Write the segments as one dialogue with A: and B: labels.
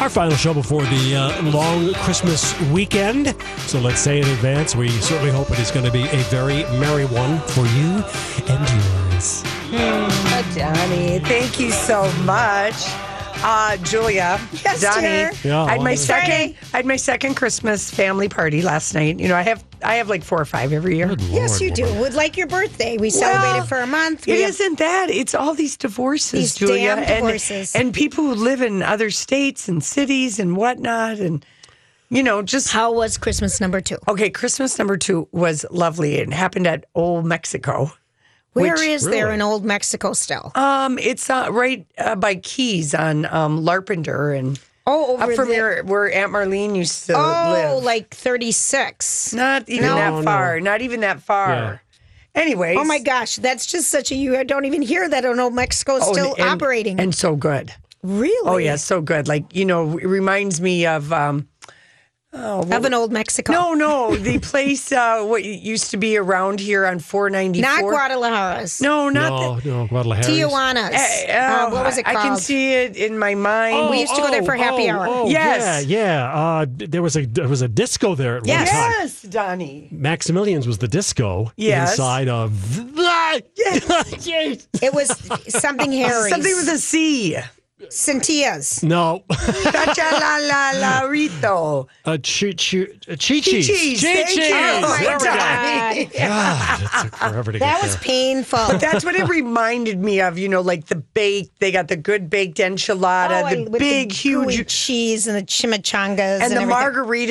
A: Our final show before the uh, long Christmas weekend. So let's say in advance, we certainly hope it is going to be a very merry one for you and yours.
B: Donnie, thank you so much. Uh, Julia,
C: Yes,
B: Donnie,
C: dear.
A: Yeah,
B: I had my
A: well,
B: second, I had my second Christmas family party last night. You know, I have, I have like four or five every year.
C: Yes, you do.
A: Lord.
C: Would like your birthday. We celebrate
B: Well,
C: it for a month. We
B: It
C: have-
B: isn't that; it's all these divorces,
C: These
B: Julia,
C: damn
B: and-
C: divorces.
B: and people who live in other states and cities and whatnot, and you know, just
C: How was Christmas number two?
B: okay. Christmas number two was lovely. It happened at Old Mexico.
C: Where is
B: Which-
C: there
A: really?
C: in old Mexico still?
B: Um, it's uh, right uh, by Keys on um, Larpenter and
C: Oh, over
B: up from
C: the-
B: where, where Aunt Marlene used to
C: Oh,
B: live.
C: like 36.
B: Not even
C: No.
B: that
A: No, no.
B: far. Not even that far. Anyways.
C: Oh my gosh, that's just such a you don't even hear that in old Mexico is
B: Oh,
C: still
B: and-
C: operating.
B: And so good.
C: really?
B: Oh, yeah, so good. Like, you know, it reminds me of. Um,
C: Of an old Mexico.
B: no, no, the place uh, what used to be around here on 494.
C: Not Guadalajara's.
B: No, not
A: No,
B: that.
A: no, Guadalajara's.
C: Tijuana's. Uh, what was it
B: oh, I
C: called?
B: can see it in my mind.
A: Oh,
C: We used to go there for happy hour.
A: Yeah,
B: Yes.
A: yeah. Uh, d- there was a there was a disco there at
C: Yes.
A: one time.
B: yes, Donnie.
A: Maximilian's was the disco
B: Yes.
A: inside of. Yes.
C: It was something Harry's.
B: Something with a C.
C: Cintilla's.
A: no,
B: Cha la la la rito.
A: a chi chi chi
B: Chi-chis, thank you.
C: Oh,
B: There
C: my
B: we go.
C: God.
A: God, it took forever to
C: That
A: get
C: was
A: there.
C: painful.
B: That's what it reminded me of, you know, like the baked. They got the good baked enchilada,
C: Oh, and with
B: the big,
C: gooey
B: huge,
C: cheese and the chimichangas and,
B: and the
C: everything.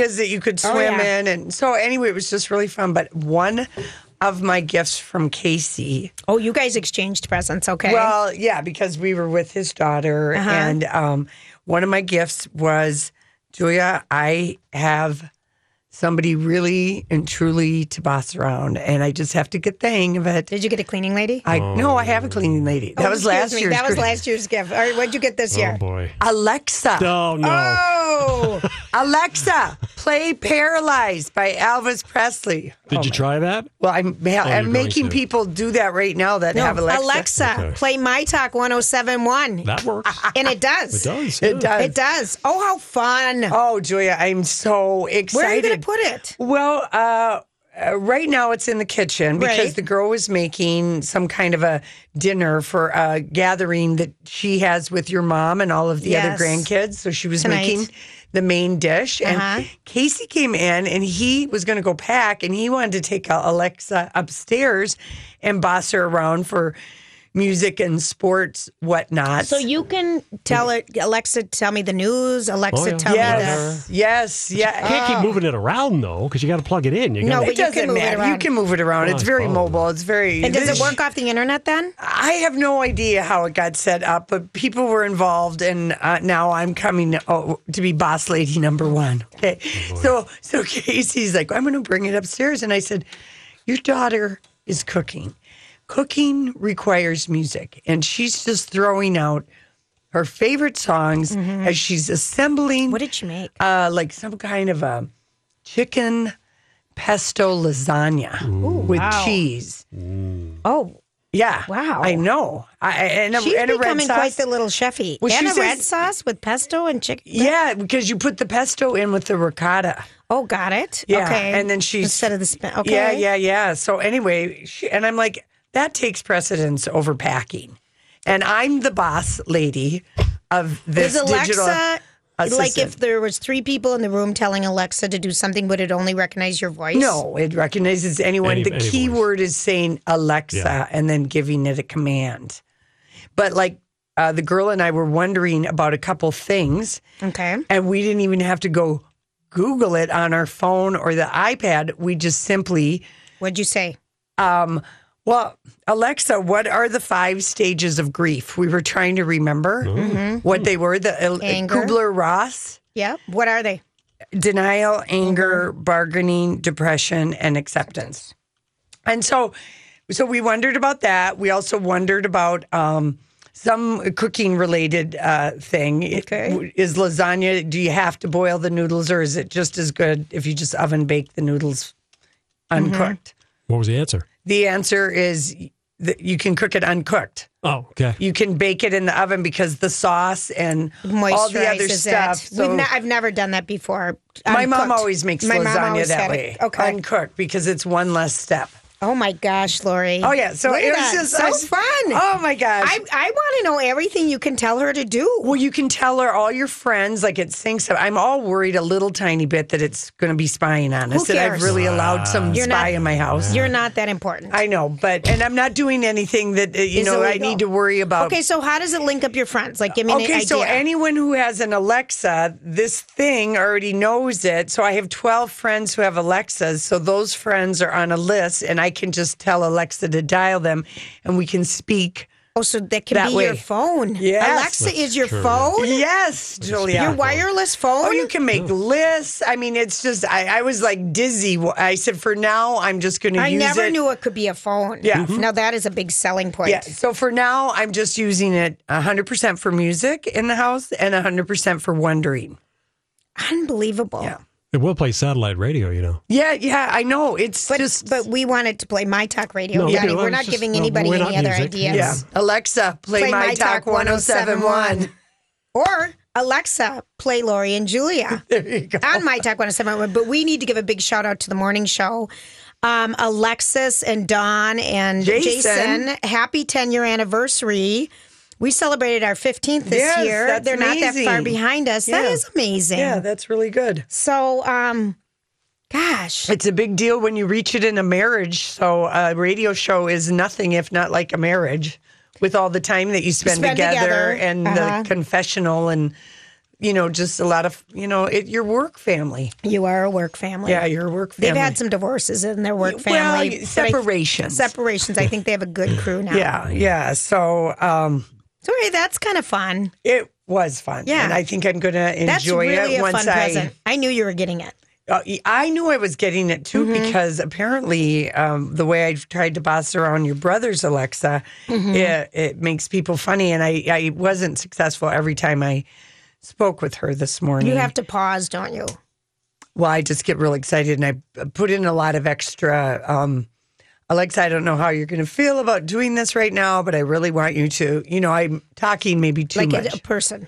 B: margaritas that you could swim
C: Oh, yeah.
B: in. And so, anyway, it was just really fun. But one of my gifts from Casey.
C: Oh, you guys exchanged presents, okay?
B: Well, yeah, because we were with his daughter,
C: Uh-huh.
B: and um, one of my gifts was Julia. I have somebody really and truly to boss around, and I just have to get the hang of it.
C: did you get a cleaning lady?
B: I no, I have a cleaning lady. That
C: Oh,
B: was
C: excuse
B: last
C: me,
B: year's.
C: That was
B: Christmas.
C: last year's gift. All right, what'd you get this
A: Oh
C: year?
A: boy.
B: Alexa.
A: No, no.
B: Oh, Alexa, play Paralyzed by Elvis Presley.
A: Did you try that?
B: Well, I'm, I'm
A: Oh, going
B: making
A: to.
B: people do that right now that have Alexa.
A: Okay.
C: play My Talk 1071.
A: That works.
C: and it does.
A: It does.
B: It
A: yeah.
B: does.
C: It does. Oh, how fun.
B: Oh, Julia, I'm so excited.
C: Where are you going to put it?
B: Well, uh, uh, right now it's in the kitchen because
C: Right.
B: the girl was making some kind of a dinner for a gathering that she has with your mom and all of the
C: Yes.
B: other grandkids. So she was
C: Tonight.
B: making the main dish,
C: Uh-huh.
B: and Casey came in and he was going to go pack, and he wanted to take uh, Alexa upstairs and boss her around for music and sports whatnot.
C: So you can tell it, Alexa, tell me the news. Alexa,
A: Oh, yeah.
C: tell me
A: Weather.
B: yes, yes,
A: You
B: yeah.
A: can't keep moving it around though, because you got to plug it in. You got
C: No, but
B: It
C: you can
B: doesn't
C: move it
B: matter. you
C: around.
B: can move it around.
A: I
B: it's very
A: suppose.
B: mobile. It's very.
C: the. And does
B: this-
C: it work off the internet then?
B: I have no idea how it got set up, but people were involved, and uh, now I'm coming oh, to be boss lady number one.
C: Oh,
B: Okay, so so Casey's like, I'm going to bring it upstairs, and I said, your daughter is cooking. Cooking requires music, and she's just throwing out her favorite songs as she's assembling
C: Mm-hmm. What did she make?
B: uh, like some kind of a chicken pesto lasagna with cheese.
C: Oh,
B: Yeah.
C: Wow.
B: I know. I, and a,
C: she's
B: and a red
C: becoming
B: sauce.
C: quite the little chefy.
B: Well, she
C: and a
B: says-
C: red sauce with pesto and chicken.
B: yeah, because you put the pesto in with the ricotta.
C: Oh, got it.
B: Yeah,
C: Okay.
B: and then she's-
C: instead of the spin. Okay.
B: Yeah, yeah, yeah. So anyway, she, and I'm like, that takes precedence over packing. And I'm the boss lady of this
C: Is Alexa
B: digital.
C: Like
B: assistant.
C: if there was three people in the room telling Alexa to do something, would it only recognize your voice?
B: No, it recognizes anyone.
A: Any-
B: the
A: any
B: key
A: voice.
B: word is saying Alexa
A: Yeah.
B: and then giving it a command. But like uh, the girl and I were wondering about a couple things,
C: Okay.
B: and we didn't even have to go Google it on our phone or the iPad. We just simply,
C: What'd you say?
B: well, Alexa, what are the five stages of grief? We were trying to remember what they were. The uh,
C: Anger.
B: Kubler Ross.
C: Yeah. What are they?
B: denial, anger,
C: Mm-hmm.
B: bargaining, depression, and acceptance. And so, so we wondered about that. We also wondered about um, some cooking related uh, thing.
C: Okay.
B: Is lasagna, do you have to boil the noodles or is it just as good if you just oven bake the noodles uncooked?
C: Mm-hmm.
A: What was the answer?
B: The answer is that you can cook it uncooked.
A: Oh, okay.
B: You can bake it in the oven because the sauce and all the other
C: Moisturizes
B: stuff.
C: it. We've
B: so-
C: ne- I've never done that before.
B: my mom
C: Uncooked.
B: always makes
C: My mom
B: lasagna
C: always
B: that
C: had it.
B: way,
C: Okay.
B: uncooked, because it's one less step.
C: oh my gosh, Lori.
B: Oh yeah, so
C: Look at
B: it was
C: that.
B: just
C: so
B: I s-
C: fun.
B: Oh my gosh!
C: I, I want to know everything you can tell her to do.
B: well, you can tell her all your friends like it syncs up. I'm all worried a little tiny bit that it's going to be spying on us. That I've
C: cares?
B: really allowed some
C: You're
B: spy
C: not-
B: in my house.
C: You're not that important.
B: I know, but and I'm not doing anything that uh, you
C: Is
B: know I
C: illegal.
B: need to worry about.
C: okay, so how does it link up your friends? Like, give me an
B: Okay,
C: idea.
B: so anyone who has an Alexa, this thing already knows it. So I have 12 friends who have Alexas. So those friends are on a list, and I can just tell Alexa to dial them and we can speak.
C: oh, so that can
B: that
C: be your
B: way.
C: phone.
B: Yes.
C: Alexa
A: That's
C: is your
A: true, yeah.
C: phone.
B: Yes,
C: Your
B: Julia.
C: wireless phone.
B: Oh, you can make lists. I mean, it's just, I, I was like dizzy. I said, for now, I'm just going to
C: I
B: use
C: never
B: it.
C: knew it could be a phone. Mm-hmm.
B: Yeah.
C: Now that is a big selling point.
B: Yeah. So for now, I'm just using it 100% for music in the house and 100% for wondering.
C: Unbelievable.
B: Yeah.
A: It will play satellite radio, you know.
B: Yeah, yeah, I know. It's
C: But,
B: just.
C: but we wanted to play My Talk Radio,
A: No, we
C: Daddy.
A: do.
C: We're
A: It's
C: not
A: just-
C: giving
A: no,
C: anybody
A: we're
C: any
A: not
C: other
A: music.
C: ideas.
B: Yeah. Alexa, play, My, Talk, 1071.
C: Or Alexa, play Lori and Julia
B: There you go.
C: on My Talk 1071. But we need to give a big shout out to the morning show. Um, Alexis and Don and
B: Jason.
C: Jason, happy 10 year anniversary. We celebrated our 15th this
B: Yes,
C: year.
B: that's
C: They're not that
B: amazing.
C: far behind us. That
B: Yeah.
C: is amazing.
B: Yeah, that's really good.
C: So, um, gosh,
B: It's a big deal when you reach it in a marriage. So a radio show is nothing if not like a marriage with all the time that you spend,
C: Spend together.
B: and
C: Uh-huh.
B: the confessional and you know just a lot of you know it, your work family.
C: you are a work family.
B: Yeah, your work family.
C: They've had some divorces in their work
B: well,
C: family.
B: you-
C: but I-
B: separations.
C: separations. I think they have a good crew now.
B: yeah, yeah. So um
C: So hey, that's kind of fun.
B: it was fun.
C: Yeah.
B: And I think I'm going to enjoy
C: That's really
B: it
C: a
B: once
C: fun
B: I
C: present. I knew you were getting it.
B: Uh, I knew I was getting it too
C: Mm-hmm.
B: because apparently um, the way I tried to boss around your brother's Alexa,
C: Mm-hmm.
B: it, it makes people funny, and I, I wasn't successful every time I spoke with her this morning.
C: You have to pause, don't you?
B: well, I just get real excited, and I put in a lot of extra. Um, Alexa, I don't know how you're going to feel about doing this right now, but I really want you to. You know, I'm talking maybe too
C: like uh,
B: much.
C: a, a person.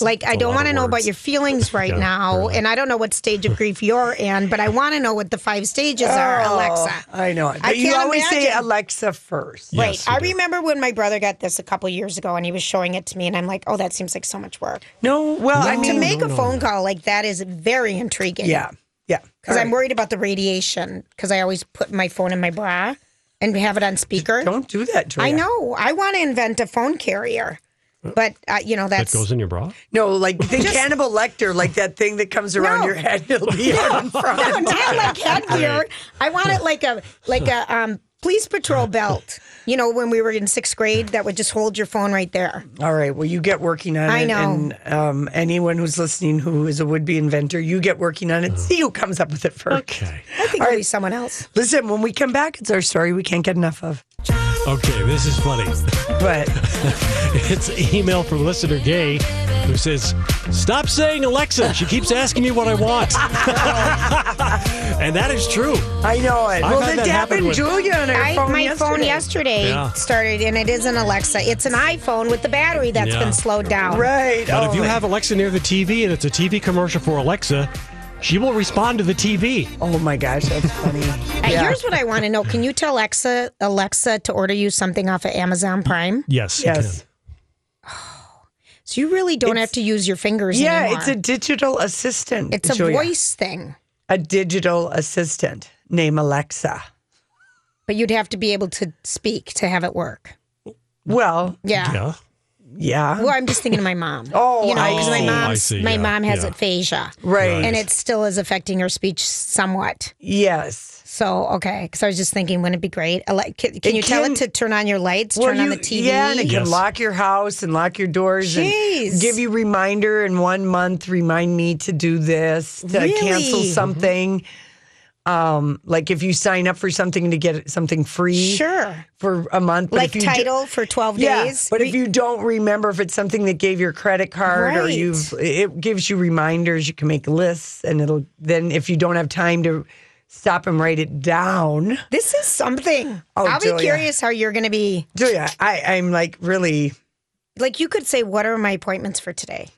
C: Like I don't
A: lot
C: want to
A: of
C: know about
A: words.
C: your feelings right
A: Yeah,
C: now,
A: really.
C: and I don't know what stage of grief you're in, but I want to know what the five stages are,
B: Oh.
C: Alexa.
B: I know it.
C: I
B: But you
C: can't
B: always say
C: imagine.
B: Alexa first.
C: Right.
A: Yes, you
C: I
A: do.
C: remember when my brother got this a couple years ago and he was showing it to me and I'm like, "Oh, that seems like so much work."
B: No, well, I
C: to
B: mean,
C: make a phone call like that is very intriguing.
B: yeah, yeah.
C: Cuz I'm worried about the radiation cuz I always put my phone in my bra and have it on speaker.
B: Don't do that, Julia.
C: I know. I want to invent a phone carrier. But uh, you know
A: That
C: that's
A: goes in your bra?
B: No, like the cannibal lector, like that thing that comes around
C: No.
B: your head. It'll be out in front.
C: not like headgear. I want it like a like a um, police patrol belt. You know, when we were in sixth grade, that would just hold your phone right there.
B: All right. Well, you get working on
C: I
B: it.
C: know.
B: And um, anyone who's listening who is a would be inventor, you get working on it. See who comes up with it first.
A: Okay.
C: I think it'll be someone else.
B: Listen, when we come back, it's our story we can't get enough of.
A: Okay, this is funny.
B: But
A: It's an email from listener Gay who says, Stop saying Alexa. She keeps asking me what I want. and that is true.
B: I know it. well,
A: had that
B: that,
A: happen
B: happened
A: with-
B: Julia on her
C: I,
B: phone
C: my
B: yesterday.
C: phone yesterday
A: Yeah.
C: started, and it is an Alexa. It's an iPhone with the battery that's
A: Yeah.
C: been slowed down.
B: Right.
A: But if
B: Oh,
A: you
B: my-
A: have Alexa near the TV and it's a TV commercial for Alexa, she will respond to the TV.
B: oh my gosh, that's funny.
C: Uh, Here's what I want to know: Can you tell Alexa Alexa to order you something off of Amazon Prime?
A: Yes. you
B: Yes.
A: can.
C: So you really don't have to use your fingers
B: Yeah,
C: anymore.
B: it's a digital assistant.
C: It's a
B: Julia.
C: voice thing,
B: A digital assistant named Alexa.
C: but you'd have to be able to speak to have it work.
B: Well,
C: Yeah.
A: Yeah.
B: yeah,
C: Well, I'm just thinking of my mom.
B: Oh,
C: you know,
B: I
C: because my
A: see. Oh, I
C: mom's
A: see,
C: my
A: yeah,
C: mom has
A: yeah.
C: aphasia,
B: right.
C: and it still is affecting her speech somewhat.
B: yes.
C: So okay, because I was just thinking, wouldn't it be great? A li- Can, can
B: It
C: you tell
B: can-
C: it to turn on your lights,
B: Well,
C: turn on
B: you-
C: the TV?
B: Yeah, and it can
A: Yes.
B: lock your house and lock your doors
C: Jeez.
B: and give you reminder in one month, remind me to do this, to cancel
C: Really? Mm-hmm.
B: something. Um, like if you sign up for something to get something free
C: sure,
B: for a month. but
C: like
B: if you do-
C: title for twelve days.
B: But if you don't remember if it's something that gave your credit card or
C: Right.
B: you've it gives you reminders, you can make lists and it'll then if you don't have time to stop and write it down.
C: this is something.
B: Oh,
C: I'll be
B: Julia.
C: curious how you're going to be.
B: Julia, I, I'm like really
C: Like you could say, "What are my appointments for today?"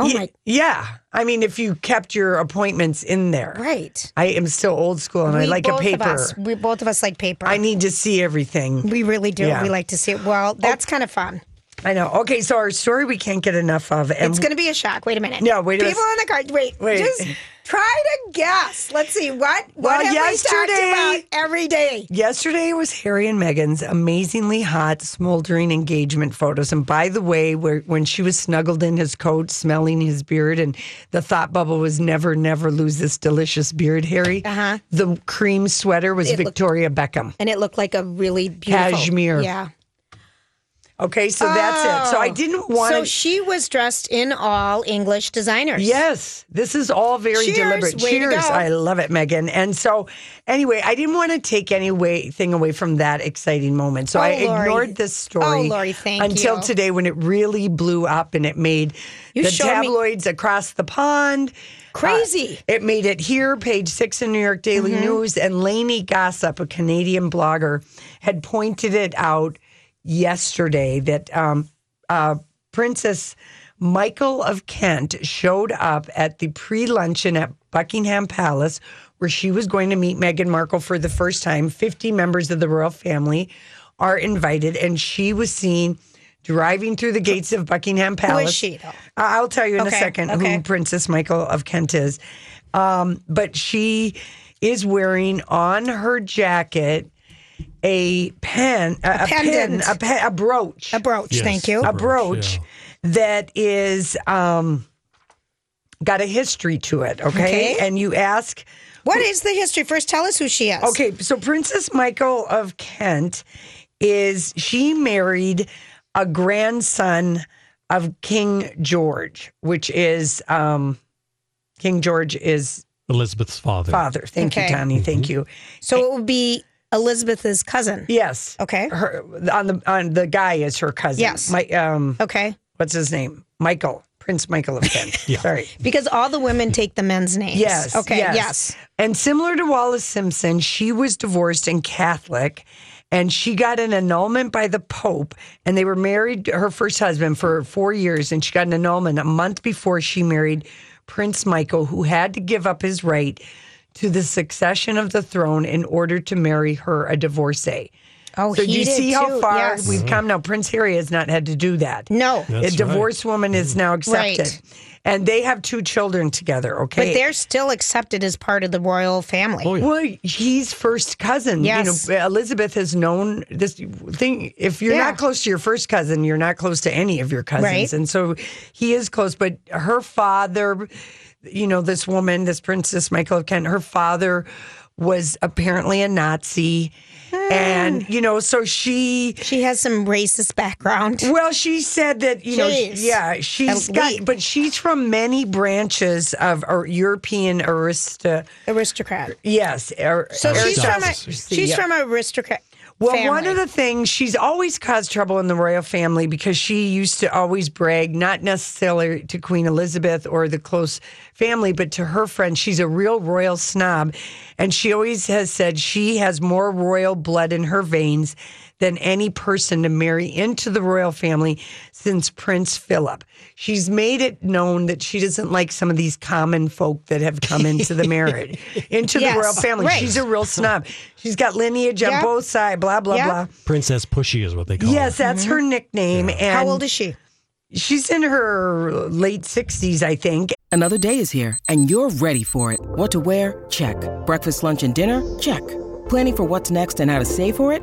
C: Oh
B: Ye-
C: my,
B: Yeah. I mean if you kept your appointments in there.
C: right.
B: I am still old school and I
C: We
B: like a
C: both of
B: paper.
C: us- we both of us like paper.
B: I need to see everything.
C: we really do.
B: Yeah. Oh.
C: We like to see it. Well, that's kind of fun.
B: I know. Okay, so our story we can't get enough of. And
C: It's going to be a shock. Wait a minute.
B: No, wait a
C: People
B: minute.
C: on the card. Wait,
B: Wait.
C: Just try to guess. Let's see what.
B: Well,
C: What have we
B: yesterday-
C: talked about every day?
B: Yesterday was Harry and Meghan's amazingly hot, smoldering engagement photos. And by the way, where, when she was snuggled in his coat, smelling his beard, and the thought bubble was never, never lose this delicious beard, Harry.
C: Uh-huh.
B: The cream sweater was Victoria Beckham.
C: And it looked like a really beautiful
B: Cashmere.
C: Yeah.
B: Okay, so that's it. So I
C: Oh.
B: didn't want
C: So
B: to.
C: she was dressed in all English designers.
B: Yes, this is all very
C: Cheers,
B: deliberate.
C: way to
B: Cheers.
C: go.
B: I love it, Megan. And so, anyway, I didn't want to take anything away from that exciting moment. So
C: Oh,
B: I
C: Lori.
B: ignored this story
C: Oh, Lori, thank
B: until
C: you.
B: today when it really blew up and it made
C: You
B: the
C: showed me-
B: tabloids across the pond.
C: Crazy.
B: It made it here, page six in New York Daily
C: Mm-hmm.
B: News, and Lainey Gossip, a Canadian blogger, had pointed it out yesterday that um, uh, Princess Michael of Kent showed up at the pre luncheon at Buckingham Palace where she was going to meet Meghan Markle for the first time. 50 members of the royal family are invited, and she was seen driving through the gates of Buckingham Palace.
C: she, though?
B: I- I'll tell you in a
C: Okay,
B: second
C: okay.
B: who Princess Michael of Kent is. Um, but she is wearing on her jacket a pen, a, a pin,
C: pendant.
B: a, pe- a brooch,
C: A brooch.
A: Yes.
C: Thank you.
B: a brooch
A: yeah.
B: that is um, got a history to it. Okay?
C: Okay.
B: and you ask.
C: What is the history? First, tell us who she is.
B: Okay, so Princess Michael of Kent is she married a grandson of King George, which is um, King George is
A: Elizabeth's father.
B: father. Thank
C: Okay.
B: you, Tony. Thank you.
C: So it would be Elizabeth's cousin.
B: Yes.
C: Okay.
B: Her on the on the guy is her cousin.
C: Yes.
B: My um
C: Okay.
B: what's his name? Michael. Prince Michael of Kent.
A: Yeah.
B: Sorry.
C: Because all the women take the men's names.
B: Yes.
C: Okay. Yes.
B: And similar to Wallace Simpson, she was divorced and Catholic, and she got an annulment by the Pope. And they were married, her first husband, for four years, and she got an annulment a month before she married Prince Michael, who had to give up his right to the succession of the throne in order to marry her, a divorcee.
C: Oh,
B: So
C: he
B: do you
C: did
B: see how
C: too.
B: far
C: Yes.
B: we've come now? Prince Harry has not had to do that.
C: No.
B: a
A: That's
B: divorced woman is now accepted.
C: Right.
B: And they have two children together, okay?
C: But they're still accepted as part of the royal family.
A: Oh, yeah.
B: Well, he's first cousin.
C: Yes.
B: You know, Elizabeth has known this thing. If you're
C: Yeah.
B: not close to your first cousin, you're not close to any of your cousins.
C: Right.
B: And so he is close, but her father, you know, this woman, this Princess Michael of Kent, her father was apparently a Nazi.
C: Hmm.
B: And, you know, so she.
C: She has some racist background.
B: Well, she said that you know,
C: Jeez.
B: yeah, she's
C: At
B: got,
C: least.
B: but she's from many branches of uh, European arista.
C: Aristocrat.
B: Yes, er, ar-
C: So she's from a
B: aristocracy,
C: she's
B: yeah.
C: from an aristocrat.
B: Well,
C: family.
B: one of the things she's always caused trouble in the royal family because she used to always brag, not necessarily to Queen Elizabeth or the close family, but to her friends. She's a real royal snob. And she always has said she has more royal blood in her veins than any person to marry into the royal family since Prince Philip. She's made it known that she doesn't like some of these common folk that have come into the marriage, into
C: Yes,
B: the royal family.
C: right.
B: She's a real snob. She's got lineage on
C: Yep.
B: both sides, blah, blah,
C: Yep.
B: blah.
A: Princess Pushy is what they call
B: Yes,
A: her.
B: that's her nickname. And
C: How old is she?
B: She's in her late 60s, I think.
D: Another day is here, and you're ready for it. What to wear? Check. Breakfast, lunch, and dinner? Check. Planning for what's next and how to save for it?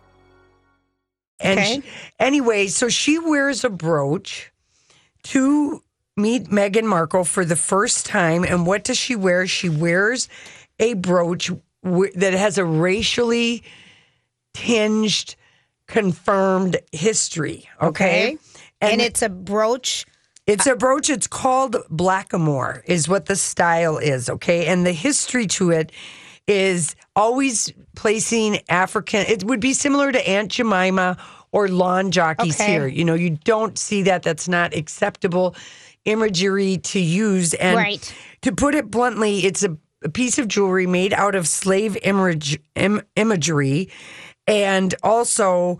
B: And
C: Okay.
B: she- anyway, so she wears a brooch to meet Meghan Markle for the first time. And what does she wear? She wears a brooch w- that has a racially tinged, confirmed history. Okay.
C: Okay. And, it's a brooch.
B: It's a brooch. It's called blackamoor, is what the style is. Okay. And the history to it is always placing African, it would be similar to Aunt Jemima or lawn jockeys
C: Okay.
B: here. You know, you don't see that. That's not acceptable imagery to use. And
C: Right.
B: to put it bluntly, it's a, a piece of jewelry made out of slave image, im, imagery. And also,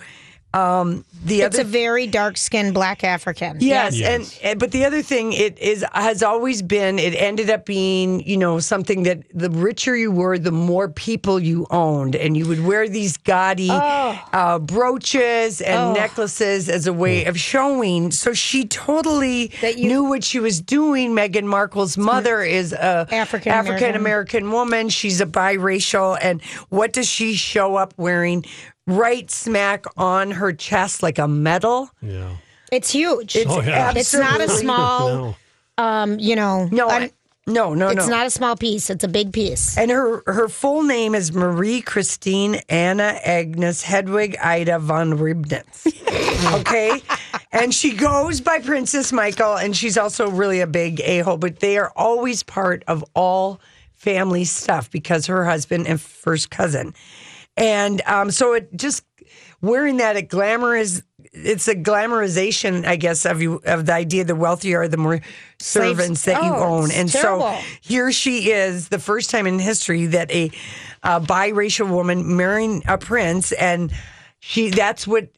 B: um, the
C: It's
B: other
C: a very dark skinned black African.
B: Yes,
A: Yes.
B: and- And, but the other thing it is has always been it ended up being you know something that the richer you were the more people you owned and you would wear these gaudy
C: Oh.
B: uh, brooches and necklaces as a way of showing. So she totally
C: That you-
B: knew what she was doing. Meghan Markle's mother is a
C: African American.
B: African American woman. She's a biracial, and what does she show up wearing? Right smack on her chest like a medal.
A: Yeah.
C: It's huge. It's,
A: Oh, yeah.
C: not a
B: absolutely-
C: small,
A: No.
C: um, you know,
B: No,
C: un-
B: I- no, no,
C: it's
B: no.
C: not a small piece. It's a big piece.
B: and her her full name is Marie Christine Anna Agnes Hedwig Ida von Ribnitz. okay, and she goes by Princess Michael, and she's also really a big a hole. But they are always part of all family stuff because her husband and first cousin, and um, so it just wearing that it glamoriz It's a glamorization, I guess, of you of the idea the wealthier are, the more
C: Slaves-
B: servants that you
C: Oh,
B: own.
C: it's
B: And so
C: terrible.
B: here she is, the first time in history that a, uh biracial woman marrying a prince, and she that's what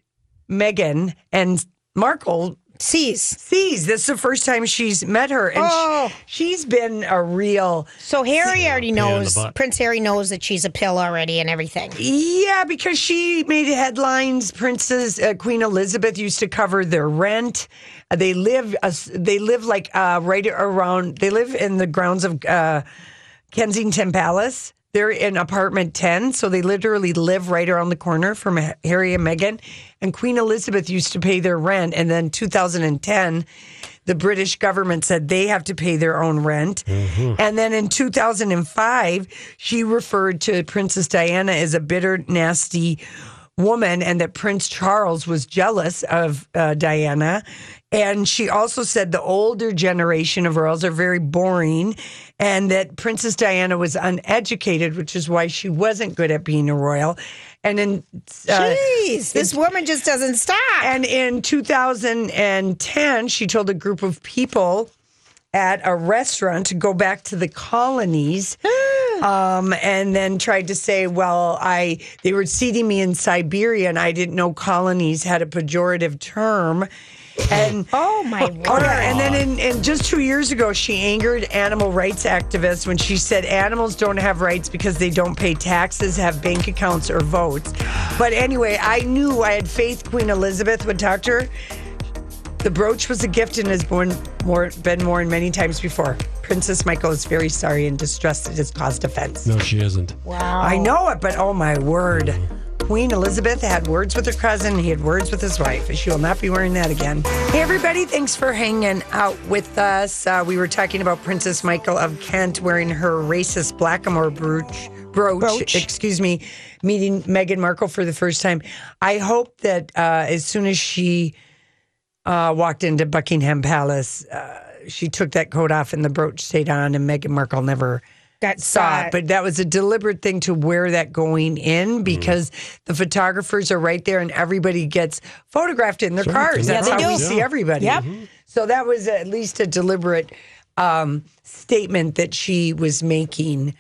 B: Meghan and Markle
C: Sees.
B: sees. This is the first time she's met her, and
C: Oh.
B: she, she's been a real
C: So Harry already
A: in the
C: knows,
A: butt.
C: Prince Harry knows that she's a pill already and everything.
B: Yeah, because she made headlines. Princess uh, Queen Elizabeth used to cover their rent. Uh, they live. Uh, s- they live like uh, right around. They live in the grounds of uh, Kensington Palace. They're in apartment ten, so they literally live right around the corner from Ha- Harry and Meghan. And Queen Elizabeth used to pay their rent, and then 2010 the British government said they have to pay their own rent. And then in 2005, she referred to Princess Diana as a bitter, nasty woman and that Prince Charles was jealous of uh, Diana. And she also said the older generation of royals are very boring and that Princess Diana was uneducated, which is why she wasn't good at being a royal. And in uh,
C: Jeez, this woman just doesn't stop.
B: and in 2010, she told a group of people at a restaurant to go back to the colonies. Um, and then tried to say, well, I they were seating me in Siberia, and I didn't know colonies had a pejorative term. And
C: oh my
B: all
C: word.
B: right, and then in, in just two years ago, she angered animal rights activists when she said animals don't have rights because they don't pay taxes, have bank accounts, or votes. But anyway, I knew I had faith Queen Elizabeth would talk to her. The brooch was a gift and has born more, been worn many times before. Princess Michael is very sorry and distressed it has caused offense.
A: No, she isn't.
C: Wow.
B: I know it, but oh my word. Queen Elizabeth had words with her cousin. He had words with his wife. She will not be wearing that again. Hey, everybody, thanks for hanging out with us. Uh, we were talking about Princess Michael of Kent wearing her racist blackamoor brooch. Brooch,
C: Brooch.
B: excuse me, meeting Meghan Markle for the first time. I hope that uh, as soon as she uh, walked into Buckingham Palace, uh, she took that coat off and the brooch stayed on, and Meghan Markle never
C: Got
B: saw
C: shot.
B: it. But that was a deliberate thing to wear that going in because the photographers are right there and everybody gets photographed in their cars.
C: Yeah,
B: That's
C: they
B: how we
C: do.
B: see everybody.
C: Yep.
B: So that was at least a deliberate um, statement that she was making.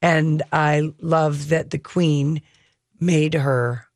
B: And I love that the Queen made her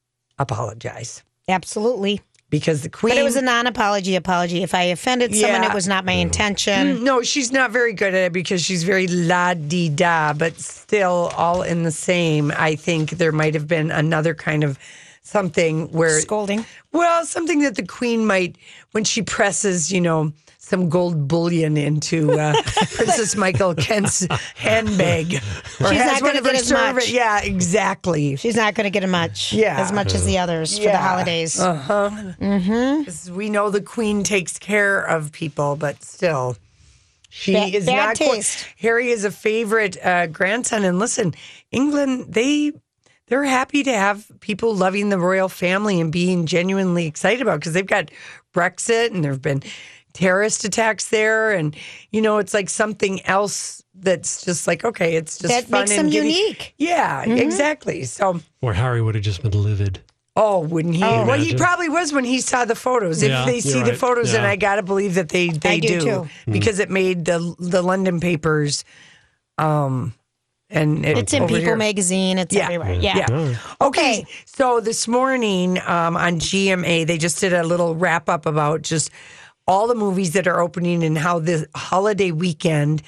B: apologize
C: Absolutely.
B: because the Queen.
C: But it was a non apology apology. If I offended someone,
B: Yeah. Mm.
C: it was not my intention.
B: No, she's not very good at it because she's very la di da, but still all in the same. I think there might have been another kind of something where,
C: Scolding.
B: well, something that the queen might, when she presses, you know, some gold bullion into uh, Princess Michael Kent's handbag. Or
C: She's
B: has
C: not
B: one
C: gonna
B: of her
C: get as much.
B: servant- Yeah, exactly.
C: She's not going to get a much,
B: Yeah.
C: as much as the others for the
B: Yeah.
C: holidays.
B: Uh huh. Mm-hmm. We know the queen takes care of people, but still, she
C: Ba-
B: is
C: bad
B: not. qu-
C: taste.
B: Harry is a favorite uh, grandson, and listen, England they they're happy to have people loving the royal family and being genuinely excited about because they've got Brexit and there have been terrorist attacks there, and you know it's like something else that's just like okay, it's just
C: That
B: fun
C: makes
B: and
C: them
B: giddy.
C: unique. Mm-hmm.
B: Yeah, exactly. So.
A: Or Harry would have just been livid.
B: Oh, wouldn't he?
A: you
B: well, he
A: imagine?
B: probably was when he saw the photos.
A: Yeah,
B: if they
A: you're
B: see the
A: right.
B: photos, then
A: Yeah. Hmm.
B: I got to believe that they they
C: I do too.
B: because it made the the London papers, um, and it,
C: It's in
B: over
C: People
B: here.
C: magazine. It's
B: Yeah. Mm.
C: everywhere. Yeah.
B: Yeah. Okay.
C: Okay.
B: So this morning um, on GMA, they just did a little wrap up about just all the movies that are opening and how this holiday weekend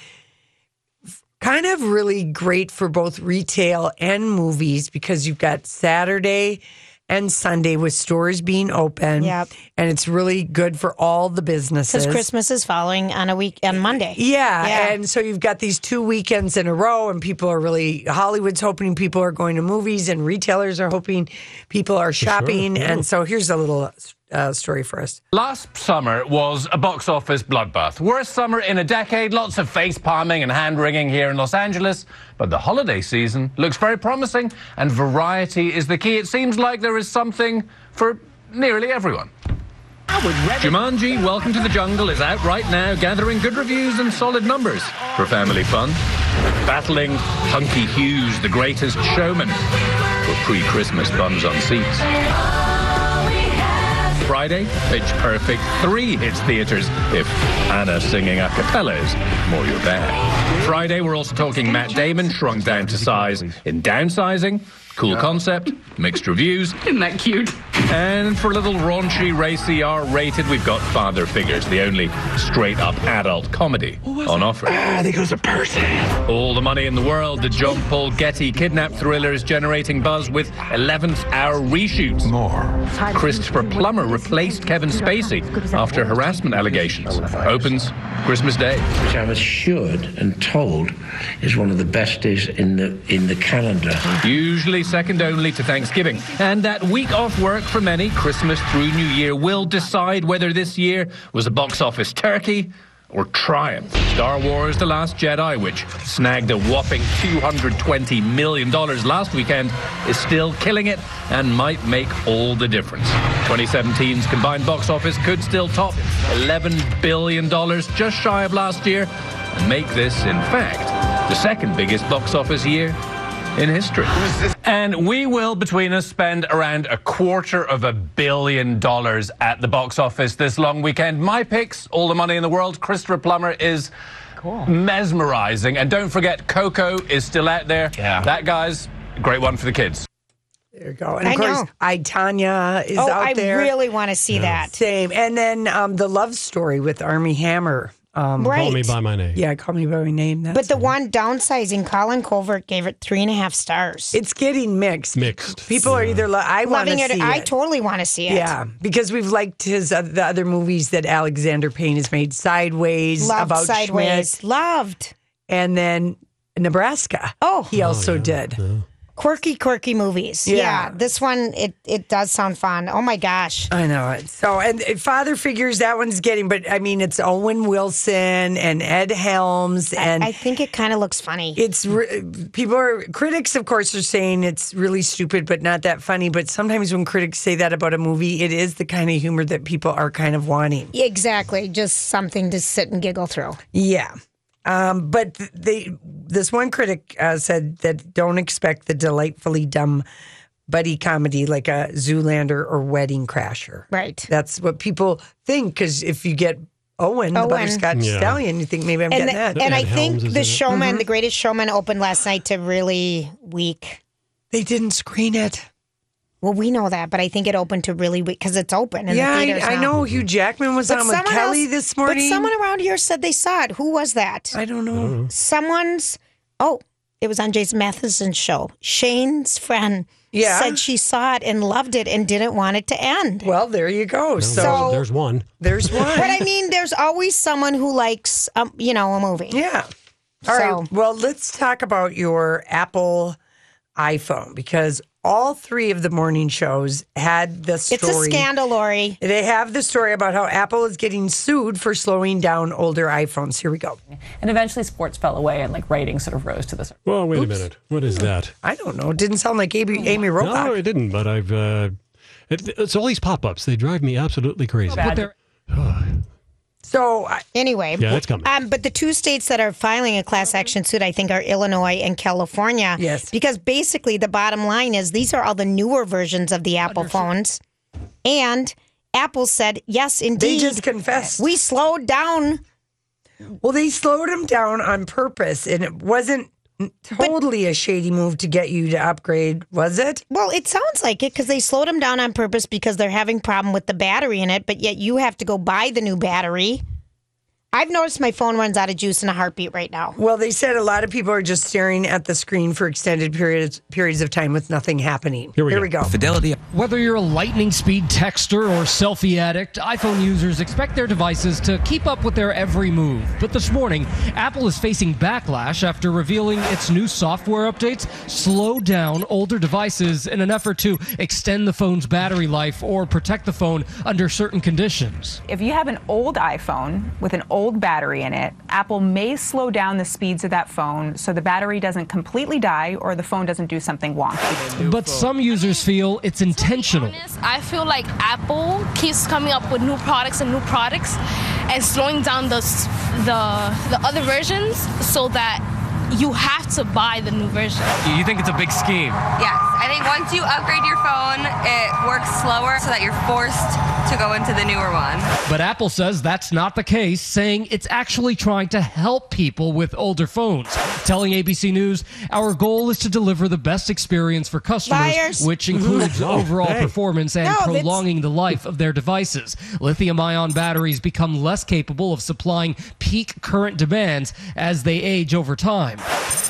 B: f- kind of really great for both retail and movies because you've got Saturday and Sunday with stores being open.
C: Yep.
B: And it's really good for all the businesses.
C: Because Christmas is following on a week on Monday.
B: Yeah,
C: Yeah.
B: and so you've got these two weekends in a row, and people are really Hollywood's hoping people are going to movies, and retailers are hoping people are shopping. And so here's a little uh, story for us.
E: Last summer was a box office bloodbath. Worst summer in a decade, lots of face palming and hand wringing here in Los Angeles. But the holiday season looks very promising, and variety is the key. It seems like there is something for nearly everyone. Jumanji, Welcome to the Jungle is out right now, gathering good reviews and solid numbers. For family fun, battling Hunky Hughes, the greatest showman, for pre Christmas bums on seats. Friday, Pitch Perfect 3 hits theatres if Anna singing a cappella is more your bag. Friday, we're also talking Matt Damon shrunk down to size in Downsizing. Cool concept, mixed reviews. Isn't that cute? And for a little raunchy, racy, R rated, we've got Father Figures, the only straight up adult comedy on offer. Ah, there goes a person. All the money in the world, the John Paul Getty kidnap thriller is generating buzz with 11th hour reshoots. Christopher Plummer replaced Kevin Spacey after harassment allegations. Opens Christmas Day.
F: which I'm assured and told is one of the best days in the in the calendar.
E: Usually second only to Thanksgiving. And that week off work for many, Christmas through New Year, will decide whether this year was a box office turkey or triumph. Star Wars The Last Jedi, which snagged a whopping $220 million last weekend, is still killing it and might make all the difference. 2017's combined box office could still top $11 billion, just shy of last year, and make this, in fact, the second biggest box office year in history. And we will, between us, spend around a quarter of a billion dollars at the box office this long weekend. My picks, all the money in the world. Christopher Plummer is. Mesmerizing. And don't forget, Coco is still out there. Yeah. That guy's a great one for the kids.
B: There you go. And of
C: I
B: course,
C: know.
B: I Tanya is
C: Oh,
B: out
C: I
B: there.
C: really want to see that.
B: Same. And then um, the love story with Army Hammer. Um,
C: Right.
A: Call me by my name.
B: yeah, call me by my name. That's
C: But the one downsizing, Colin Covert gave it three and a half stars.
B: it's getting mixed.
A: Mixed.
B: People are either lo- I want to
C: Loving
B: see
C: it.
B: it.
C: I totally want to see it.
B: Yeah, because we've liked his uh, the other movies that Alexander Payne has made, Sideways,
C: Loved
B: about
C: Sideways.
B: Schmidt,
C: Loved.
B: and then Nebraska.
C: Oh.
B: he also did.
C: quirky, quirky movies.
B: Yeah.
C: Yeah. this one it it does sound fun. Oh my gosh.
B: I know it. So, and uh, father figures that one's getting, but I mean, it's Owen Wilson and Ed Helms, and
C: I think it kind of looks funny.
B: it's re- people are critics, of course, are saying it's really stupid, but not that funny. But sometimes when critics say that about a movie, it is the kind of humor that people are kind of wanting.
C: exactly, just something to sit and giggle through.
B: Yeah. Um, but th- they this one critic uh, said that don't expect the delightfully dumb buddy comedy like a Zoolander or Wedding Crasher.
C: Right.
B: That's what people think because if you get Owen, the
C: Owen.
B: butterscotch
A: Yeah.
B: stallion, you think maybe I'm
C: And,
B: getting that. Mm-hmm.
C: and I
A: Ed Helms
C: think
A: is
C: the
A: in it.
C: showman, the greatest showman, opened last night to really weak.
B: they didn't screen it.
C: Well, we know that, but I think it opened to really weak because it's open. In
B: yeah,
C: the
B: I,
C: theaters
B: I
C: now.
B: know Hugh Jackman was on with
C: someone
B: Kelly
C: else-
B: this morning.
C: But someone around here said they saw it. Who was that?
B: I don't know.
C: Someone's. Oh, it was on Jason Matheson's show. Shane's friend
B: Yeah.
C: said she saw it and loved it and didn't want it to end.
B: Well, there you go. so
A: there's, there's one.
B: there's one.
C: But I mean, there's always someone who likes, um, you know, a movie.
B: Yeah. All right.
C: So-
B: Well, let's talk about your Apple iPhone because all three of the morning shows had the story.
C: It's a scandal, Lori.
B: They have the story about how Apple is getting sued for slowing down older iPhones. Here we go.
D: And eventually sports fell away and like ratings sort of rose to the surface.
A: Well, wait a minute. What is that?
B: I don't know. It didn't sound like
C: Oh,
B: Amy, Amy Robach.
A: No, it didn't. But I've. Uh, it, it's all these pop-ups. They drive me absolutely crazy.
B: So uh, I-
C: Anyway,
A: Yeah, that's coming.
C: Um, but the two states that are filing a class action suit, I think, are Illinois and California.
B: Uh-huh. Yes.
C: Because basically, the bottom line is these are all the newer versions of the Apple phones. And Apple said, yes,
B: they
C: indeed.
B: just confessed.
C: we slowed down.
B: well, they slowed him down on purpose, and it wasn't totally a shady move to get you to upgrade, was it?
C: Well, it sounds like it because they slowed them down on purpose because they're having problem with the battery in it, but yet you have to go buy the new battery. I've noticed my phone runs out of juice in a heartbeat right now.
B: Well, they said a lot of people are just staring at the screen for extended periods periods of time with nothing happening.
A: Here we go.
G: Fidelity.
H: Whether you're a lightning speed texter or selfie addict, iPhone users expect their devices to keep up with their every move. But this morning, Apple is facing backlash after revealing its new software updates slow down older devices in an effort to extend the phone's battery life or protect the phone under certain conditions.
D: If you have an old iPhone with an old battery in it, Apple may slow down the speeds of that phone so the battery doesn't completely die or the phone doesn't do something wonky.
H: But some users feel it's intentional.
G: I feel like Apple keeps coming up with new products and new products and slowing down the, s- the, the other versions so that you have to buy the new version.
H: You think it's a big scheme?
G: Yes, I think once you upgrade your phone, it works slower so that you're forced to go into the newer one.
H: But Apple says that's not the case, saying it's actually trying to help people with older phones, telling ABC News, "Our goal is to deliver the best experience for customers,
C: Liars.
H: which includes overall
A: Oh, hey.
H: performance and
C: No, that's-
H: prolonging the life of their devices. Lithium-ion batteries become less capable of supplying peak current demands as they age over time."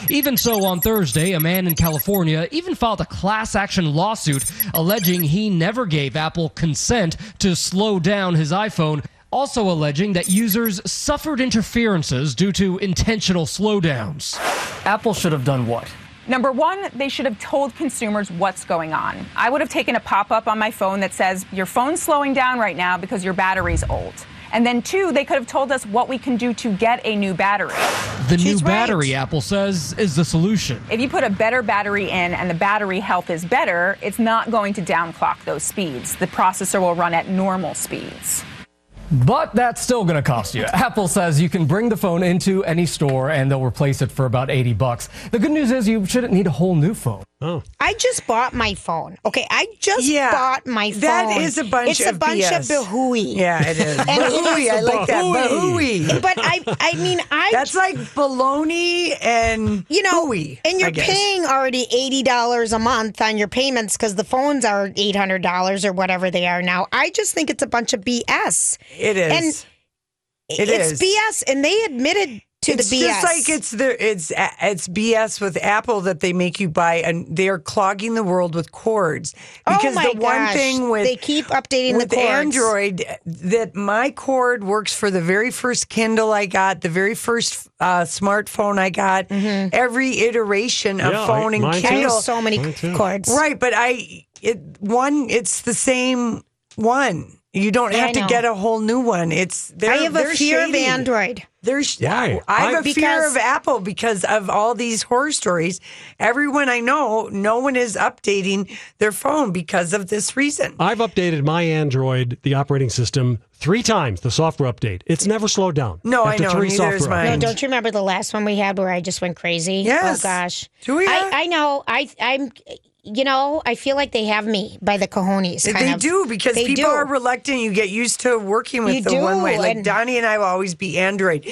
H: Even so, on Thursday, a man in California even filed a class action lawsuit alleging he never gave Apple consent to slow down his iPhone. Also, alleging that users suffered interferences due to intentional slowdowns. Apple should have done what?
D: Number one, they should have told consumers what's going on. I would have taken a pop up on my phone that says, Your phone's slowing down right now because your battery's old. And then, two, they could have told us what we can do to get a new battery.
H: The new
C: She's right.
H: battery, Apple says, is the solution.
D: If you put a better battery in and the battery health is better, it's not going to downclock those speeds. The processor will run at normal speeds.
H: But that's still going to cost you. Apple says you can bring the phone into any store and they'll replace it for about 80 bucks. The good news is you shouldn't need a whole new phone.
A: Oh,
C: I just bought my phone. Okay, I just
B: Yeah.
C: bought my phone.
B: That is a bunch
C: It's
B: of
C: a bunch
B: BS.
C: of bahooey.
B: Yeah, it is. Bahooey, I like that.
A: Bahooey.
B: Bahooey.
C: But I, I mean, I
B: That's like baloney and
C: you know,
B: hooey,
C: and you're
B: I guess.
C: paying already eighty dollars a month on your payments because the phones are eight hundred dollars or whatever they are now. I just think it's a bunch of BS.
B: It is.
C: and
B: it is.
C: it's BS, and they admitted to
B: it's
C: the BS.
B: just like it's the it's a- it's BS with Apple that they make you buy, and they're clogging the world with cords.
C: Oh
B: Because
C: my
B: the one
C: gosh,
B: thing with
C: they keep updating the
B: with
C: cords.
B: Android that my cord works for the very first Kindle I got, the very first uh, smartphone I got, every iteration of
A: Yeah, I-
B: phone and
A: mine too. I have
B: Kindle.
C: Mm-hmm. so many
A: Mine too.
C: cords.
B: Right, but I it one it's the same one. You don't
C: Yeah, I
B: have to
C: know.
B: get a whole new one. It's they're,
C: I have a
B: they're
C: fear
B: shady.
C: of Android.
B: There's
A: Why?
B: I have a
A: I-
B: fear
C: Because-
B: of Apple because of all these horror stories. Everyone I know, no one is updating their phone because of this reason.
A: I've updated my Android, the operating system, three times. The software update. It's never slowed down.
B: No, I
A: After
B: know,
A: Three
B: neither
A: software
B: is mine.
C: No,
A: updates.
C: don't you remember the last one we had where I just went crazy?
B: Yes.
C: Oh gosh.
B: Do we? uh?
C: I, I know. I I'm. You know, I feel like they have me by the cojones. Kind
B: they
C: of.
B: do because
C: They
B: people
C: do.
B: are reluctant. You get used to working with
C: You
B: the one way.
C: do,
B: Like
C: and-
B: Donnie and I will always be Android.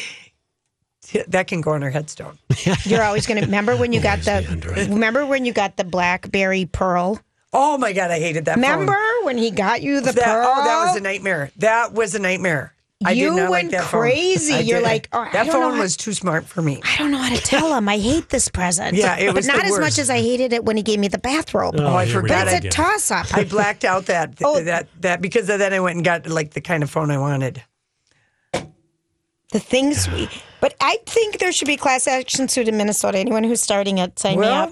B: That can go on her headstone.
C: You're always going to remember when you got the remember when you got the BlackBerry Pearl.
B: Oh my god, I hated that. phone.
C: Remember when he got you the
B: that?
C: Pearl?
B: Oh, that was a nightmare. That was a nightmare. I did
C: You
B: not like
C: went
B: that phone.
C: crazy.
B: I
C: You're
B: did.
C: like, oh,
B: that
C: I don't know
B: phone
C: how-
B: was too smart for me.
C: I don't know how to tell him. I hate this present.
B: Yeah, it was
C: but not
B: the
C: as
B: worst.
C: much as I hated it when he gave me the bathrobe.
B: Oh, I
A: here we
B: forgot
C: but
A: go
C: it's a
A: again.
C: toss up.
B: I blacked out that
C: Oh.
B: that that because of that I went and got like the kind of phone I wanted.
C: the things we. But I think there should be class action suit in Minnesota. Anyone who's starting it, sign me
B: Well,
C: up.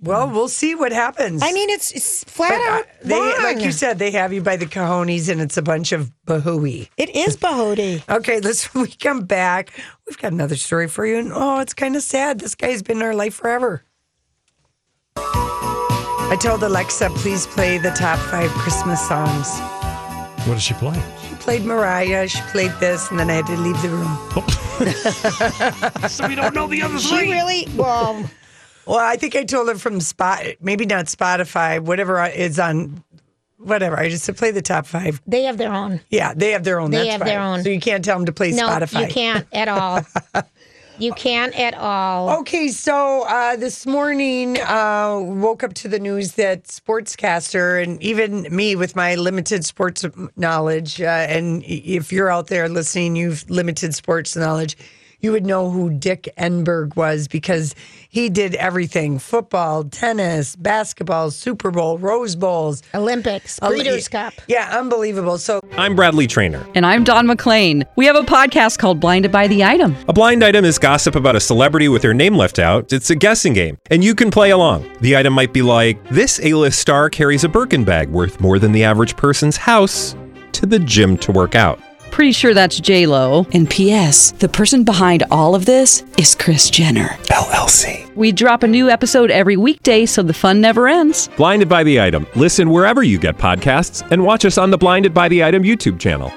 B: well, we'll see what happens.
C: I mean, it's, it's flat
B: But, uh,
C: out
B: they
C: wrong.
B: like you said, they have you by the cojones, and it's a bunch of bahooey.
C: It is Bahody.
B: Okay, let's when we come back. We've got another story for you, and oh, it's kind of sad. This guy's been in our life forever. I told Alexa, please play the top five Christmas songs.
A: What does she play?
B: She played Mariah, she played this, and then I had to leave the room.
A: so we don't know the other
C: She really well.
B: Well, I think I told her from spot, maybe not Spotify, whatever I- is on, whatever. I just said play the top five.
C: They have their own.
B: Yeah, they have their own.
C: They
B: that's
C: have their
B: fine.
C: own.
B: So you can't tell them to play
C: No,
B: Spotify.
C: you can't at all. you can't at all.
B: Okay, so uh, this morning uh, woke up to the news that sportscaster and even me with my limited sports knowledge, uh, and if you're out there listening, you've limited sports knowledge, you would know who Dick Enberg was because he did everything: football, tennis, basketball, Super Bowl, Rose Bowls,
C: Olympics,
B: Oh,
C: Breeders' Cup.
B: Yeah, unbelievable. So
H: I'm Bradley Trainer.
I: And I'm Don McClain. We have a podcast called Blinded by the Item.
H: A blind item is gossip about a celebrity with their name left out. It's a guessing game, and you can play along. The item might be like this: A-list star carries a Birkin bag worth more than the average person's house to the gym to work out.
I: Pretty sure that's J Lo. And P.S. The person behind all of this is Chris Jenner
H: LLC.
I: We drop a new episode every weekday, so the fun never ends.
H: Blinded by the item. Listen wherever you get podcasts, and watch us on the Blinded by the Item YouTube channel.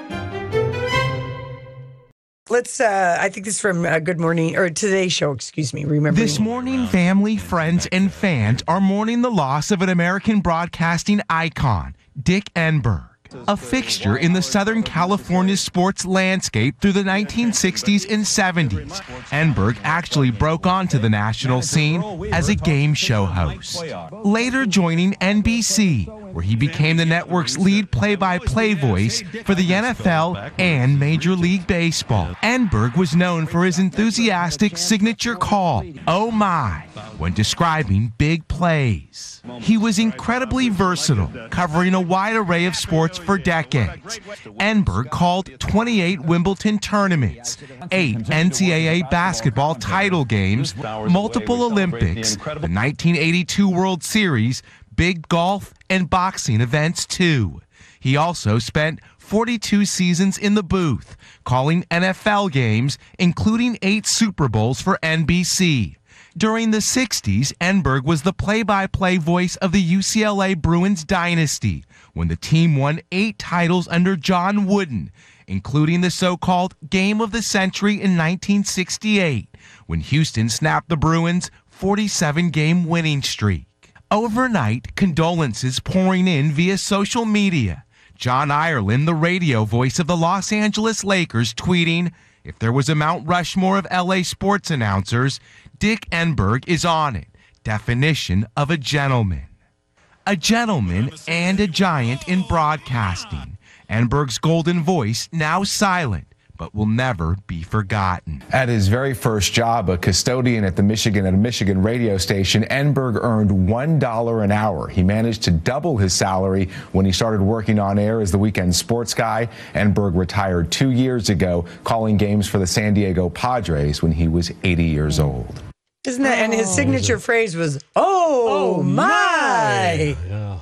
B: let's. Uh, I think this is from uh, Good Morning or Today Show. Excuse me. Remember
E: This morning, family, friends, and fans are mourning the loss of an American broadcasting icon, Dick Enberg, a fixture in the Southern California sports landscape through the 1960s and 70s. Enberg actually broke onto the national scene as a game show host, later joining NBC, where he became the network's lead play-by-play voice for the NFL and Major League Baseball. Enberg was known for his enthusiastic signature call, "Oh my," when describing big plays. He was incredibly versatile, covering a wide array of sports for decades. Enberg called 28 Wimbledon tournaments, 8 NCAA basketball title games, multiple Olympics, the 1982 World Series, big golf and boxing events too. He also spent 42 seasons in the booth, calling NFL games, including eight Super Bowls for NBC. During the 60s, Enberg was the play by play voice of the UCLA Bruins dynasty when the team won eight titles under John Wooden, including the so called Game of the Century in 1968 when Houston snapped the Bruins' 47 game winning streak. Overnight, condolences pouring in via social media. John Ireland, the radio voice of the Los Angeles Lakers, tweeting If there was a Mount Rushmore of LA sports announcers, Dick Enberg is on it. Definition of a gentleman a gentleman and a giant in broadcasting. Enberg's golden voice, now silent,
J: but will never be forgotten.
K: At his very first job, a custodian at the Michigan at a Michigan radio station, Enberg earned $1 an hour. He managed to double his salary when he started working on air as the weekend sports guy. Enberg retired two years ago, calling games for the San Diego Padres when he was 80 years old.
B: Isn't that? And his signature phrase was, "Oh, my!"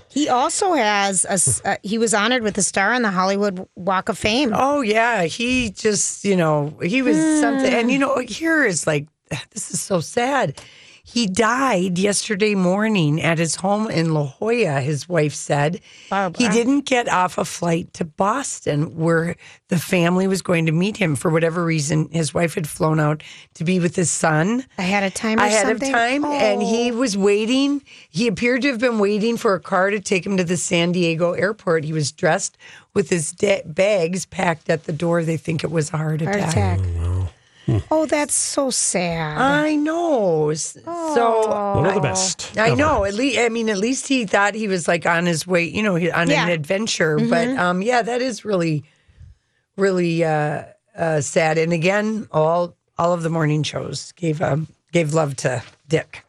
C: He also has a. s- uh, he was honored with a star on the Hollywood Walk of Fame.
B: Oh yeah, he just you know he was something. And you know here is like this is so sad. He died yesterday morning at his home in La Jolla. His wife said he didn't get off a flight to Boston, where the family was going to meet him for whatever reason. His wife had flown out to be with his son.
C: ahead of time. Or
B: ahead
C: something? Oh.
B: of time, and he was waiting. He appeared to have been waiting for a car to take him to the San Diego airport. He was dressed with his da- bags packed at the door. They think it was a heart
C: Heart
B: attack.
C: attack.
B: Hmm.
C: Oh, that's so sad.
B: I know. S-
C: Oh.
B: So
A: One of the best
B: I
A: ever.
B: know. At least I mean, at least he thought he was like on his way. You know, he- on
C: Yeah.
B: an adventure. But
C: Mhm.
B: um, yeah, that is really, really uh, uh, sad. And again, all all of the morning shows gave um gave love to Dick.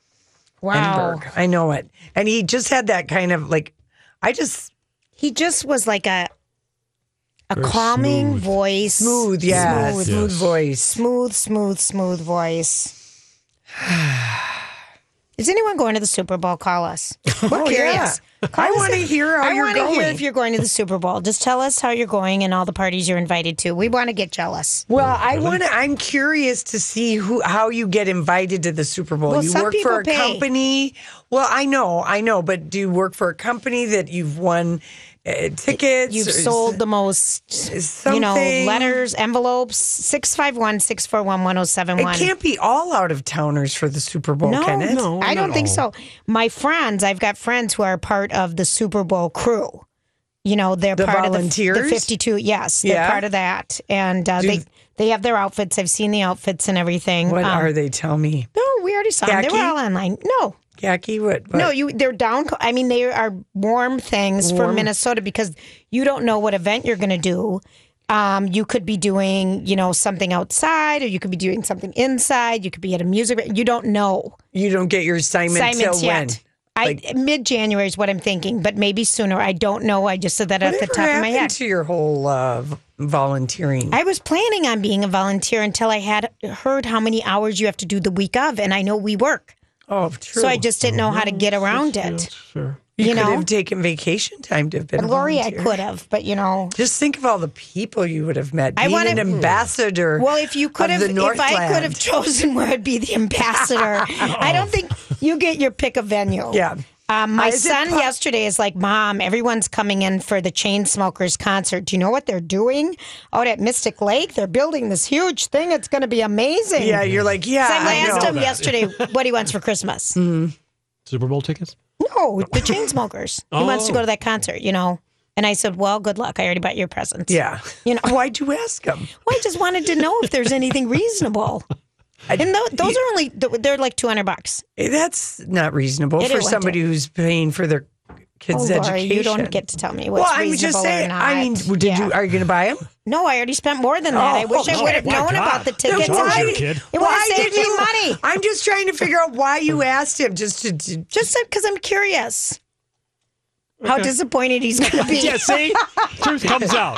C: Wow.
B: Enberg. I know it. And he just had that kind of like, I just.
C: He just was like a a
B: Very
C: calming
B: smooth.
C: voice.
B: Smooth, yeah, smooth Yes. voice.
C: Smooth, smooth, smooth voice. Is anyone going to the Super Bowl? Call us. We're
B: Oh,
C: curious.
B: yeah.
C: Call
B: I
C: us
B: want to
C: if-
B: hear how
C: I
B: you're
C: wanna
B: going.
C: hear if you're going to the Super Bowl. Just tell us how you're going and all the parties you're invited to. We want to get jealous.
B: Well, I want to. I'm curious to see who how you get invited to the Super Bowl.
C: Well,
B: you
C: some
B: work for
C: people
B: a
C: pay.
B: company. Well, I know, I know, but do you work for a company that you've won uh, tickets?
C: You've
B: or s-
C: sold the most, you know,
B: something.
C: letters, envelopes. 651 641
B: It
C: 1071.
B: can't be all out of towners for the Super Bowl,
C: no,
B: can it?
C: I don't think so. My friends, I've got friends who are part of the Super Bowl crew. You know, they're
B: The
C: part of the,
B: volunteers?
C: the 52. Yes, they're
B: Yeah.
C: part of that. And uh,
B: Do-
C: they they have their outfits. I've seen the outfits and everything.
B: What
C: Um,
B: are they? Tell me.
C: No, we already saw them. They were
B: Khaki?
C: all online. No.
B: Khaki? What? what?
C: No, you they're down. co- I mean, they are warm things for
B: Warm.
C: Minnesota because you don't know what event you're going to do. Um, you could be doing, you know, something outside, or you could be doing something inside. You could be at a music. You don't know
B: You don't get your assignment till
C: assignments
B: when?
C: yet. I mid January is what I'm thinking, but maybe sooner. I don't know. I just said that at the
B: Whatever
C: top of my
B: happened
C: head.
B: to your whole uh, v- volunteering?
C: I was planning on being a volunteer until I had heard how many hours you have to do the week of, and I know we work,
B: oh, true. Mm-hmm.
C: so I just didn't know how to get around it.
B: Sure.
C: You
B: You, could
C: know?
B: have taken vacation time to have been. a
C: Lori, I
B: volunteer.
C: could have, but you know,
B: Just think of all the people you would have met.
C: I
B: Being
C: wanna- Hmm.
B: an ambassador.
C: Well, if you could
B: of
C: have,
B: the
C: if I could have
B: Northland.
C: chosen where I'd be the ambassador, I don't think you get your pick of venue.
B: Yeah.
C: Um, my
B: Uh, is it
C: son
B: po-
C: yesterday is like, Mom, everyone's coming in for the Chainsmokers concert. Do you know what they're doing out at Mystic Lake? They're building this huge thing. It's going to be amazing.
B: Yeah, you're like, yeah,
C: 'Cause I
B: I
C: asked
B: know Mm.
C: him
B: that.
C: yesterday what he wants for Christmas.
A: Super Bowl tickets.
C: No, the Chainsmokers. He wants to
A: Oh.
C: go to that concert, you know. And I said, Well, good luck. I already bought your presents.
B: Yeah.
C: You know,
B: why'd you ask him?
C: Well, I just wanted to know if there's anything reasonable. and tho- those are only th- they're like two hundred bucks.
B: Eh, That's not reasonable
C: It
B: for
C: isn't.
B: somebody who's paying for their kids'
C: oh, Laura,
B: education.
C: you don't get to tell me what's
B: well, I'm
C: reasonable
B: just saying.
C: or not.
B: I mean, did you? Are you going to buy them?
C: no, I already spent more than that.
B: Oh,
C: I wish I would have known about the tickets.
B: Why,
C: It would
B: why
C: have
B: did
C: saved me
B: you?
C: money.
B: I'm just trying to figure out why you asked him. Just to, to
C: Just because I'm curious. How disappointed he's going to be.
A: Yeah, see? Truth comes out.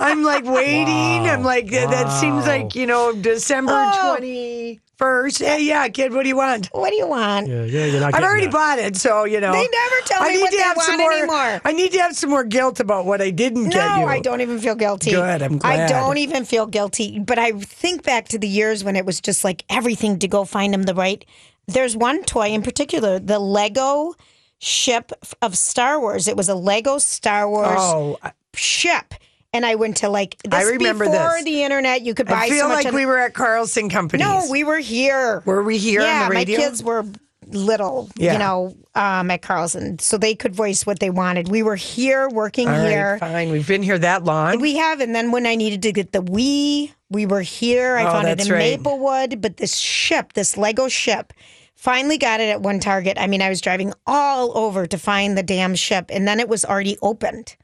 B: I'm like waiting. I'm like that, that seems
A: Wow.
B: like you know December
C: Oh.
B: twenty first. Hey, yeah, kid, what do you want?
C: What do you want?
A: Yeah, yeah, you're not
B: I've
A: getting
B: already
A: that.
B: bought it, so you know.
C: They never tell me what they want
B: more,
C: anymore.
B: I need to have some more guilt about what I didn't
C: No,
B: get you.
C: I don't even feel guilty.
B: Good, I'm glad.
C: I don't even feel guilty. But I think back to the years when it was just like everything to go find him the right. There's one toy in particular, the Lego ship of Star Wars. It was a Lego Star Wars
B: Oh, I-
C: ship. And I went to like this
B: I remember
C: before
B: this.
C: the internet. You could buy.
B: I feel
C: so much
B: like
C: on-
B: we were at Carlson Companies.
C: No, we were here.
B: Were we here on
C: Yeah,
B: the radio?
C: my kids were little.
B: Yeah.
C: You know, um, at Carlson, so they could voice what they wanted. We were here working
B: All right,
C: here.
B: fine. We've been here that long.
C: We have, and then when I needed to get the Wii, we were here. I
B: Oh,
C: found it
B: that's
C: in
B: right.
C: Maplewood, but this ship, this Lego ship, finally got it at one Target. I mean, I was driving all over to find the damn ship, and then it was already opened.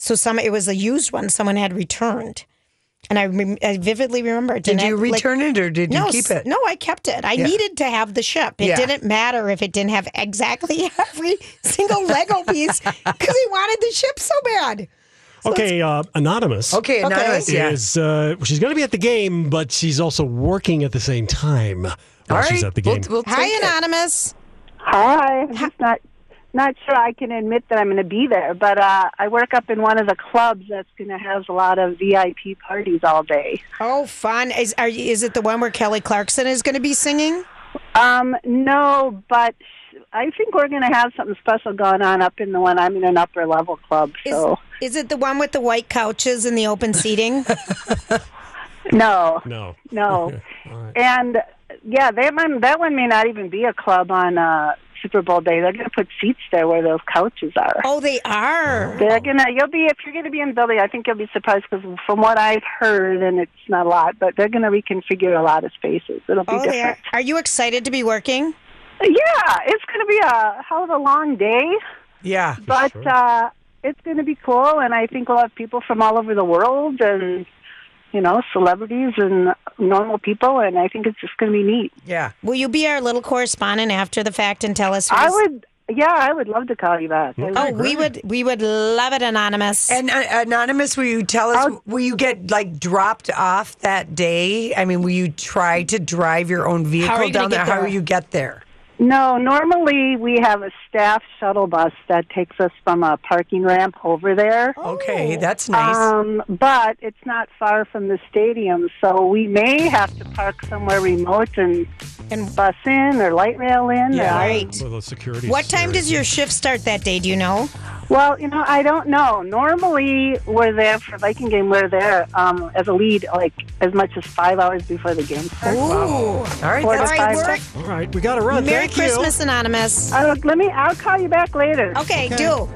C: So some it was a used one someone had returned. And I, rem- I vividly remember. it.
B: Did
C: And I-
B: you
C: like-
B: return it or did you
C: no,
B: keep
C: s-
B: it?
C: No, I kept it. I
B: Yeah.
C: needed to have the ship. It
B: Yeah.
C: didn't matter if it didn't have exactly every single Lego piece because he wanted the ship so bad.
A: Okay, uh, Anonymous.
C: Okay, Anonymous, yeah.
A: Is, uh, she's going to be at the game, but she's also working at the same time while she's at the game.
C: Hi, Anonymous.
D: Hi. I'm just not not sure I can admit that I'm going to be there, but uh, I work up in one of the clubs that's going to have a lot of VIP parties all day.
C: Oh, fun! Is are you, is it the one where Kelly Clarkson is going to be singing?
D: Um, no, but I think we're going to have something special going on up in the one. I'm in an upper level club, so
C: Is it the one with the white couches and the open seating?
D: no,
A: No.
D: no. And yeah, they might, that one may not even be a club on uh, Super Bowl day. They're going to put seats there where those couches are.
C: Oh, they are.
D: They're gonna. You'll be if you're gonna be in the building. I think you'll be surprised because from what I've heard, and it's not a lot, but they're gonna reconfigure a lot of spaces. It'll be
C: Oh, they
D: different.
C: are. Are you excited to be working?
D: Yeah, it's gonna be a hell of a long day,
B: Yeah.
D: but uh, it's gonna be cool, and I think we'll have people from all over the world, and you know, celebrities and normal people, and I think it's just gonna be neat.
B: Yeah.
C: Will you be our little correspondent after the fact and tell us?
D: I
C: who's-
D: would. Yeah, I would love to call you back. I
C: Oh, we would. We would love it, anonymous.
B: And uh, anonymous, will you tell us? Will you get like dropped off that day? I mean, will you try to drive your own vehicle
D: you gonna
B: down there?
D: get
B: How
D: there?
B: will you get there?
D: No, normally we have a staff shuttle bus that takes us from a parking ramp over there.
B: Okay, that's nice.
D: Um, but it's not far from the stadium, so we may have to park somewhere remote and, and bus in or light rail in. or-
A: Well, the security.
C: What time does your shift start that day? Do you know?
D: Well, you know, I don't know. Normally we're there for Viking game. We're there um, as a lead, like as much as five hours before the game starts.
C: Ooh.
B: All right,
D: Four to
C: that's
D: five
C: good
D: hours.
C: work.
A: All right, we got to run.
C: Merry
A: Thank you.
C: Christmas, anonymous.
D: Uh, let me. I'll call you back later.
C: Okay, do.